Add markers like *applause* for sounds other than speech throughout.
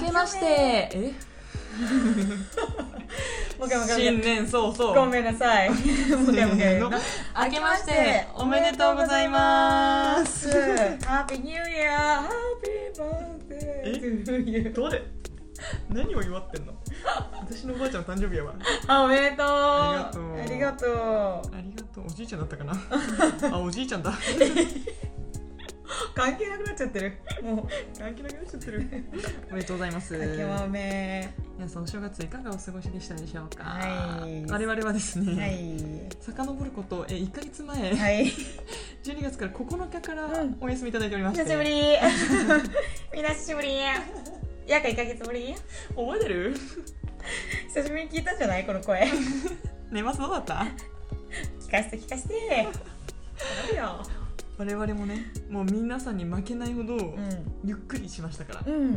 明けましてえもけもけも新け年そうそうごめんな *laughs* さいもけもけせーのな明けましておめでとうございますハッピーニューイヤーハッピーバースデートゥーユーどれ何を祝ってんの私のおばあちゃんの誕生日やわあおめでとうありがとうありがとうありがとうおじいちゃんだった *laughs* かなあおじいちゃんだ関係なくなっちゃってるも関係なくなっちゃってるおめでとうございますう竹豆皆さんお正月いかがお過ごしでしたでしょうか、はい我々はですね、はい遡ることえ1か月前、はい12月から9日からうんお休みいただいておりまして、久しぶりみんな久しぶり約1ヶ月ぶり覚えてる久しぶりに聞いたんじゃないこの声年末どうだった聞かせて聞かせ *laughs* て頼むよ我々もねもう皆さんに負けないほどうんゆっくりしましたから、うん、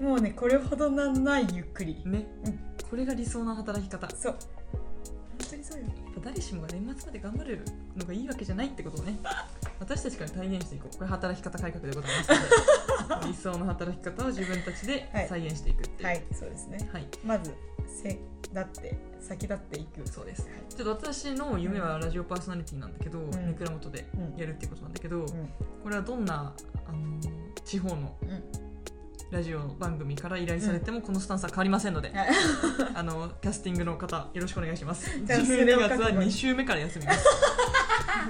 もうねこれほどなんないゆっくりね、うんこれが理想な働き方やっそう本当にそうよぱ誰しもが年末まで頑張れるのがいいわけじゃないってことを *laughs* ね私たちから体現していこうこれ働き方改革でございます *laughs* ので理想の働き方を自分たちではい再現していくっていうはいそうですねはいまずせだって先立っていくそうですちょっと私の夢はラジオパーソナリティなんだけど、んね蔵元でやるっていうことなんだけど、んこれはどんなあの地方のうんラジオ番組から依頼されてもこのスタンスは変わりませんので、はいあのキャスティングの方よろしくお願いします12じゃあそれを覚月悟はに2週目から休みます *laughs*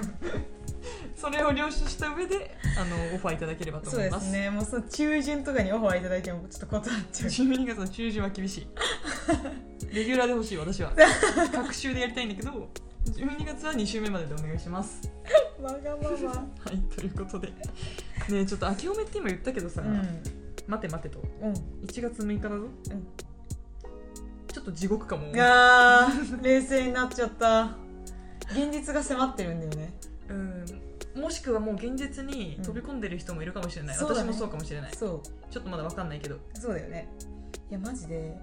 それを了承した上であのオファーいただければとそう思いでますすねもうその中旬とかにオファーいただいてもちょっと断っちゃう12月の中旬は厳しいレギュラーで欲しい *laughs* 私は各週でやりたいんだけど12月は2週目まででお願いします *laughs* わがままはいということでねえちょっと秋おめって今言ったけどさ、うん待て待てとうん1月6日だぞ、ちょっと地獄かもあー冷静になっちゃった現実が迫ってるんだよねうんもしくはもう現実に飛び込んでる人もいるかもしれなうい、んそうだ私ねもそうかもしれないそうちょっとまだわかんないけどそうだよねいやマジで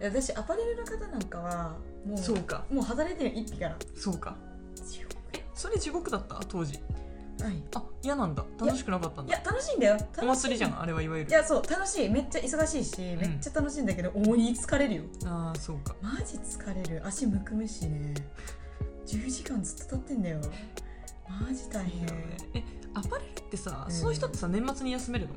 いや私アパレルの方なんかはもうそうかもう働いてる一匹からそうかそれ地獄だった当時はいあ嫌なんだ楽しくなかったんいだや楽しいんだよお楽しい祭りじゃんあれはいわゆいるやそう楽しいめっちゃ忙しいし、んめっちゃ楽しいんだけど重に疲れるよああそうかマジ疲れる足むくむしね10時間ずっと立ってんだよマジ大変、えアパレルってさ、うんそういう人ってさ年末に休めるの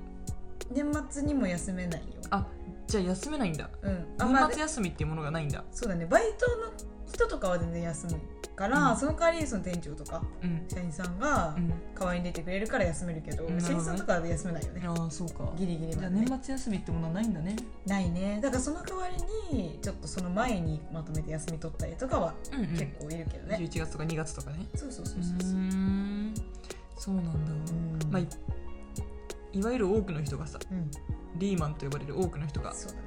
年末にも休めないよあじゃあ休めないんだうんあまあ年末休みっていうものがないんだそうだねバイトの人とかは全然休むから、うんその代わりその店長とかうん社員さんがうん代わりに出てくれるから休めるけど、うん社員さんとかは休めないよね、ああそうかギリギリじゃまあでね、年末休みってものはないんだねないねだからその代わりにちょっとその前にまとめて休み取ったりとかはうん、う結ん、構いるけどね、 11月とか2月とかねそうそうそううそうそうーんそうなんだ、うんまあいいわゆる多くの人がさうん、リーマンと呼ばれる多くの人がそうだね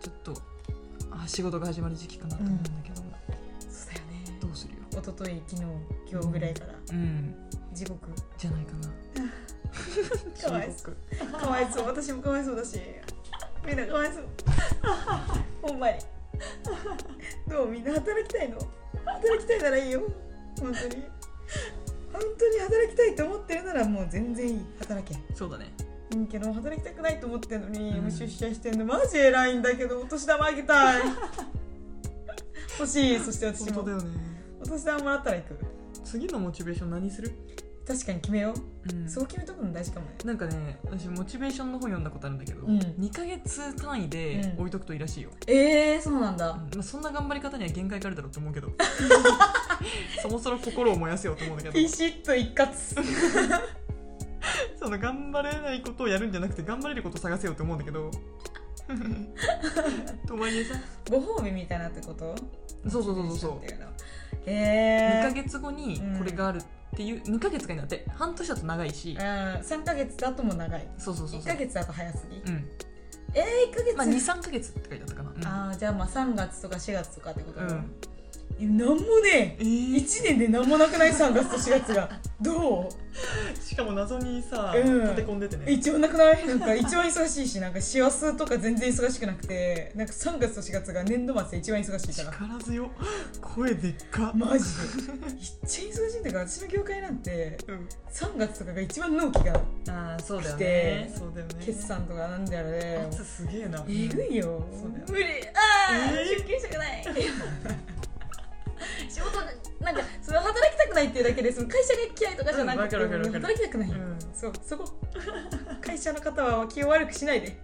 ちょっとあ仕事が始まる時期かなと思うんだけど、そうだよねどうするよ一昨日昨日今日ぐらいからうん地獄じゃないかなかわいそうかわいそう私もかわいそうだしみんなかわい *laughs* そうほんまにどうみんな働きたいの働きたいならいいよ本当に本当に働きたいと思ってるならもう全然いい働けそうだねいいけど働きたくないと思ってるのに、うん無出社してんのマジ偉いんだけどお年玉あげた *laughs* い欲しいそして私本も当だよねお年玉もらったら行く次のモチベーション何する、確かに決めよう、うんそう決めとくの大事かもねなんかね私モチベーションの本読んだことあるんだけど、うん2ヶ月単位でうん置いとくといいらしいよ、えー、そうなんだ、うんまあ、そんな頑張り方には限界があるだろうと思 *laughs* うけどそもそも心を燃やせようと思うんだけピどシッと一括その頑張れないことをやるんじゃなくて頑張れることを探せようと思うんだけど *laughs* とはいえさご褒美みたいなってことそうそうそうそうそうう2ヶえ月後にこれがあるっていう2ヶ月がいいんだって半年だと長いしー、うん、3ヶ月だとも長いそうそうそう1そうヶ月だと早すぎ、うんえー、1ヶ月、まあ23ヶ月って書いてあったかな、うんあーじゃあまあ3月とか4月とかってことうん、なんもねえー、 1年でなんもなくない3月と4月がどうしかも謎にさ、うん立て込んでてね一番なくないなんか一番忙しいしなんか師走とか全然忙しくなくてなんか3月と4月が年度末で一番忙しいから力強声でっか、マジでめっちゃ忙しいんだから私の業界なんてうん、 3月とかが一番納期がああそうだよ来ねてそうだよね決算とかなんだろうで圧すげえなえぐいよそうだよ無理あえー出勤したくない *laughs* 仕事がなんかその働きたくないっていうだけでその会社が嫌いとかじゃなくて、うんわかるわかるわかる働きたくない、うんそうそこ *laughs* 会社の方は気を悪くしないで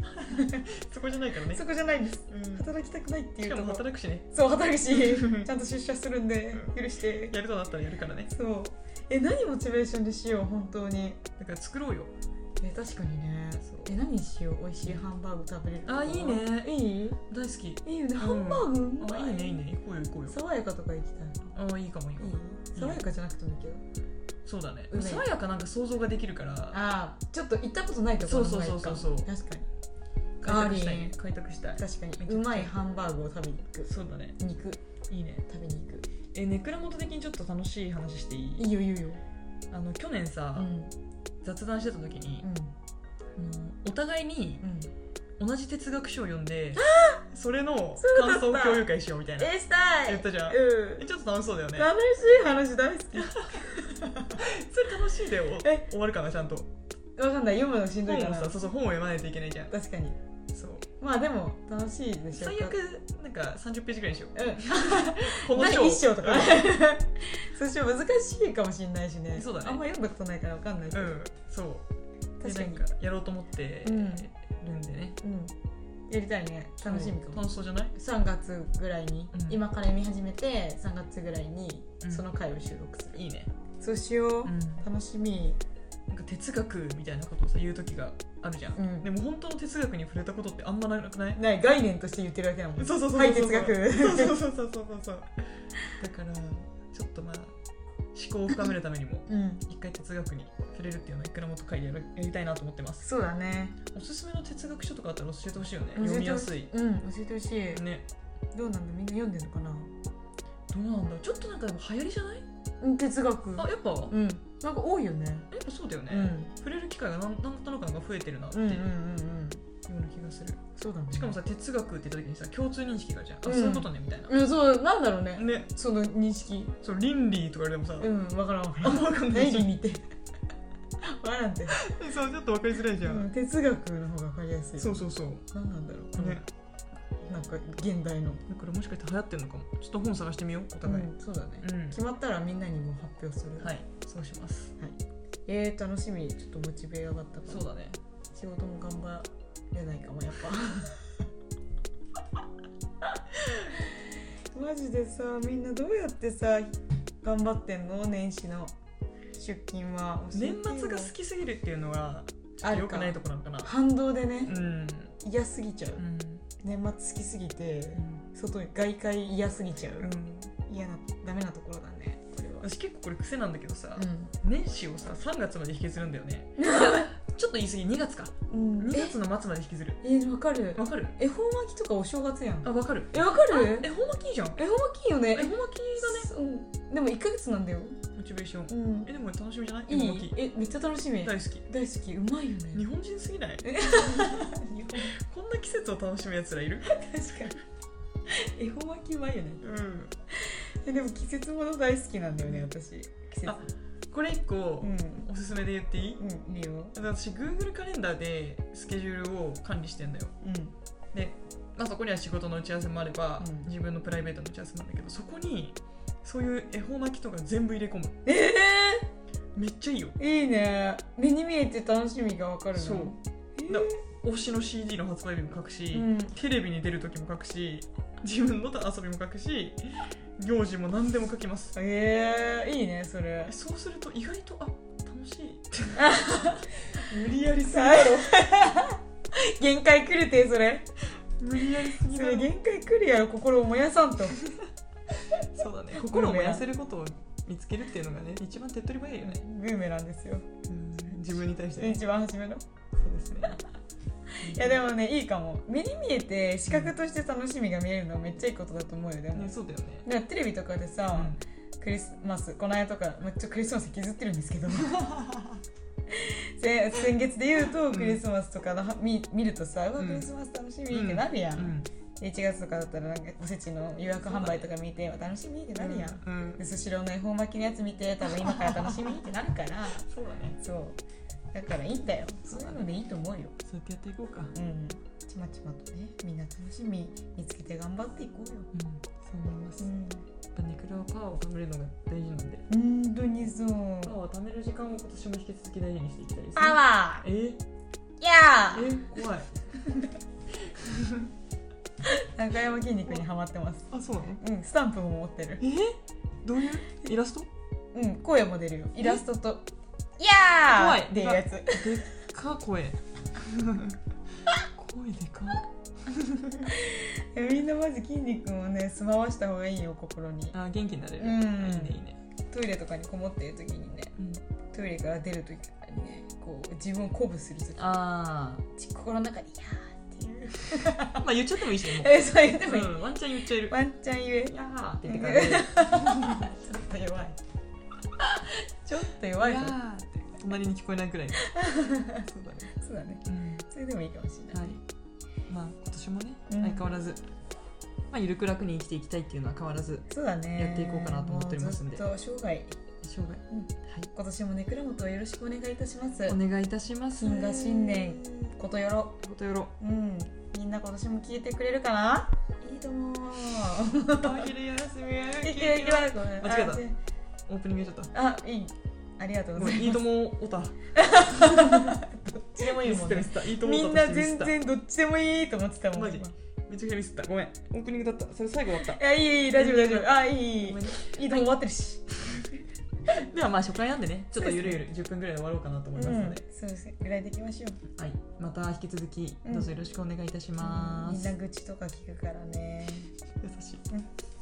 そこじゃないからねそこじゃないですうん働きたくないっていしうかともこ働くしねそう働くし *laughs* ちゃんと出社するんで許してやるとなったらやるからねそうえ何モチベーションにしよう本当にだから作ろうよえ確かにねそうえ何にしよう美味しいハンバーグ食べれるとこあいいねいい大好きいいよねハンバーグうまあいいねいいね行こうよ行こうよ爽やかとか行きたいあいいかもいいかいもい爽やかじゃなくてもいいけどそうだねうめえ爽やかなんか想像ができるからああちょっと行ったことないとこそろうそうそうそうそう確かに開拓したいありね開拓したい確かめちゃくにちゃうまいハンバーグを食べに行くそうだね肉いいね食べに行くえねくらもと的にちょっと楽しい話していいいいよいいよあの去年さ、うん雑談してた時にう、んあのお互いにうん同じ哲学書を読んで、それのそうだ感った想共有会しようみたいなえしたい言ったじゃんうんえちょっと楽しそうだよね楽しい話大好きそれ楽しいでおえ終わるかなちゃんと *laughs* わかんない読むのしんど本いかをらさそうそう本を読まないといけないじゃん確かにそうまあでも楽しいでしょ最悪なんか30ページぐらいにしよううこんの第章1章とかうん *laughs* そして難しいかもしれないしねそうだねあんま読んだことないからわかんないけうどんそうで確かなんにかやろうと思ってうるんんでねうんやりたいね楽しみかも楽しそうじゃない3月ぐらいに、うん今から見始めて3月ぐらいにうんその回を収録する、いいねそうしよう、な楽しみんか哲学みたいなことをさ言う時があるじゃうんんでも本当の哲学に触れたことってあんまなくないない概念として言ってるだけだもんそうそうそうそうはい哲学そうそうそうそうそうそうだからちょっとまあ思考を深めるためにもうん一回哲学に触れるっていうのをいくらもっと会でやるやりたいなと思ってますそうだねおすすめの哲学書とかあったら教えてほしいよね教えてほしい読みやすいうん教えてほしい、ねどうなんだみんな読んでんのかなどうなんだちょっとなんかでも流行りじゃないうん哲学あやっぱやうんなんか多いよねっぱそうだようんね触れる機会がなんなんとなくなんか増えてるなってうんいうんううんようんうな気がするそうだねしかもさ哲学って言った時にさ共通認識があるじゃんあうんそういうことねみたいなうんそうなんだろうねねその認識そう倫理とかでもさうんわからんわからあんんま分かんない何じゃんに似てわからんて、そうちょっと分かりづらいじゃうんん、哲学の方がわかりやすいそうそうそう何なんだろうねなんか現代のだからもしかして流行ってるのかもちょっと本探してみようお互いうんそうだね、うん決まったらみんなにも発表する、はいそうしますえー、楽しみちょっとモチベ上がったかそうらだね仕事も頑張れないかもやっ *laughs* ぱマジでさみんなどうやってさ頑張ってんの年始の出勤は教えて年よ末が好きすぎるっていうのはちょっあとるか良くないとこなのかな反動でね、うん嫌すぎちゃう、うん年末好きすぎてうん外に外界嫌すぎちゃう、うん嫌なダメなところだねこれは私結構これ癖なんだけどさうん年始をさ3月まで引きずるんだよね *laughs* ちょっと言い過ぎ2月かうん2月の末まで引きずるえーわかるわかる恵方巻きとかお正月やんあわかるえわかるえほんまきいいじゃん恵方巻きいいよねえほんまきだねそううんでも1ヶ月なんだよモチベーションうんえでも楽しみじゃないいえほんまいきえめっちゃ楽しみ大大好き好きうまいよね日本人すぎないえ *laughs* こんな季節を楽しむやつらいる確かに恵方巻きうまいよねうんえでも季節もの大好きなんだよね私季節あこれ一個うんおすすめで言っていいうんいいよ私 Google カレンダーでスケジュールを管理してんだようんで、まあ、そこには仕事の打ち合わせもあれば、うん自分のプライベートの打ち合わせなんだけどそこにそういう恵方巻きとか全部入れ込むえめっちゃいいよえいいね目に見えて楽しみがわかるのそうえーだ推しの CD の発売日も書くし、うんテレビに出る時も書くし自分の遊びも書くし行事も何でも書きますえー、いいねそれえそうすると意外とあ楽しい無理やりすぎ最後 *laughs* 限界くるてそれ無理やりすぎそだれろ限界くるやろ心を燃やさんとそうだね心を燃やせることを見つけるっていうのがね一番手っ取り早いよねブーメランですよ自分に対してね一番初めのそうですねいやでもねいいかも目に見えて視覚として楽しみが見えるのはめっちゃいいことだと思うよでも、ね、そうだよね、だからテレビとかでうさ、ん、クリスマスこの間とか、まあ、ちょクリスマス削ってるんですけど *laughs* 先先月で言うとんクリスマスとかのは見見るとさ、うわうんクリスマス楽しみってなるやん、うんで1月とかだったらなんかおせちの予約販売とか見て、わ楽しみってなるやん、うんでスシローの恵方巻きのやつ見て多分今から楽しみってなるからそうだねそうだからいいんだよそういうのでいいと思うよそうやってやっていこうかうんうんちまちまとねみんな楽しみ見つけて頑張っていこうよそう思います、やっぱネクラはパワーを貯めるのが大事なんでうん本当にそうパワーを貯める時間を今年も引き続き大事にしていきたいです、ね、パワえーーやーえ怖い中山筋肉にはまってますあそうなのうんスタンプも持ってるえーどういうイラストうん声も出るよイラストと「や怖ー!い」でやつでっか声声でか *laughs* えみんなまず筋肉をね住まわした方がいいよ心にあ元気になれる、うんいいねいいね、トイレとかにこもってる時にねうん、トイレから出る時とかにねこう自分を鼓舞する時あち心の中で「やー!」っていうあまあ言っちゃってもいいしねも *laughs* うえそう言ってもいい、うん、ワンチャン言っちゃえるワンちゃん言えいやーって言ってからねちょっと弱いちょっと弱いいやかーって隣に聞こえないくらいのそうだね、そうだねうんそれでもいいかもしれない、はいまあ今年もね、うん相変わらずまあゆるく楽に生きていきたいっていうのは変わらずそうだねやっていこうかなと思っておりますんでもうずっと生涯生涯、うん今年もね倉本をよろしくお願いいたしますはいお願いいたします金河新年ことよろことよろうんみんな今年も聞いてくれるかないいと思うお昼休みは *laughs* 聞いてくれるかな間違えたオープニングやっちゃっあいいありがとたうごござめいますんいいともおたどっちでもいいミスもんったねミスったいいともみおんたなとしてミスっ全た然どっちでもいいと思ってたもんマジ今めちゃくちゃミスったごめんオープニングだったそれ最後だったいやいいいい大丈夫大丈夫あいいいいごめんねいいとも終わってるしではまあ初回なんでねちょっとゆるゆる10分ぐらいで終わろうかなと思いますので、うんそうですねぐらいでいきましょうはい、また引き続きどうぞよろしくお願いいたしまみんす。な愚痴とか聞くからね優しい。うん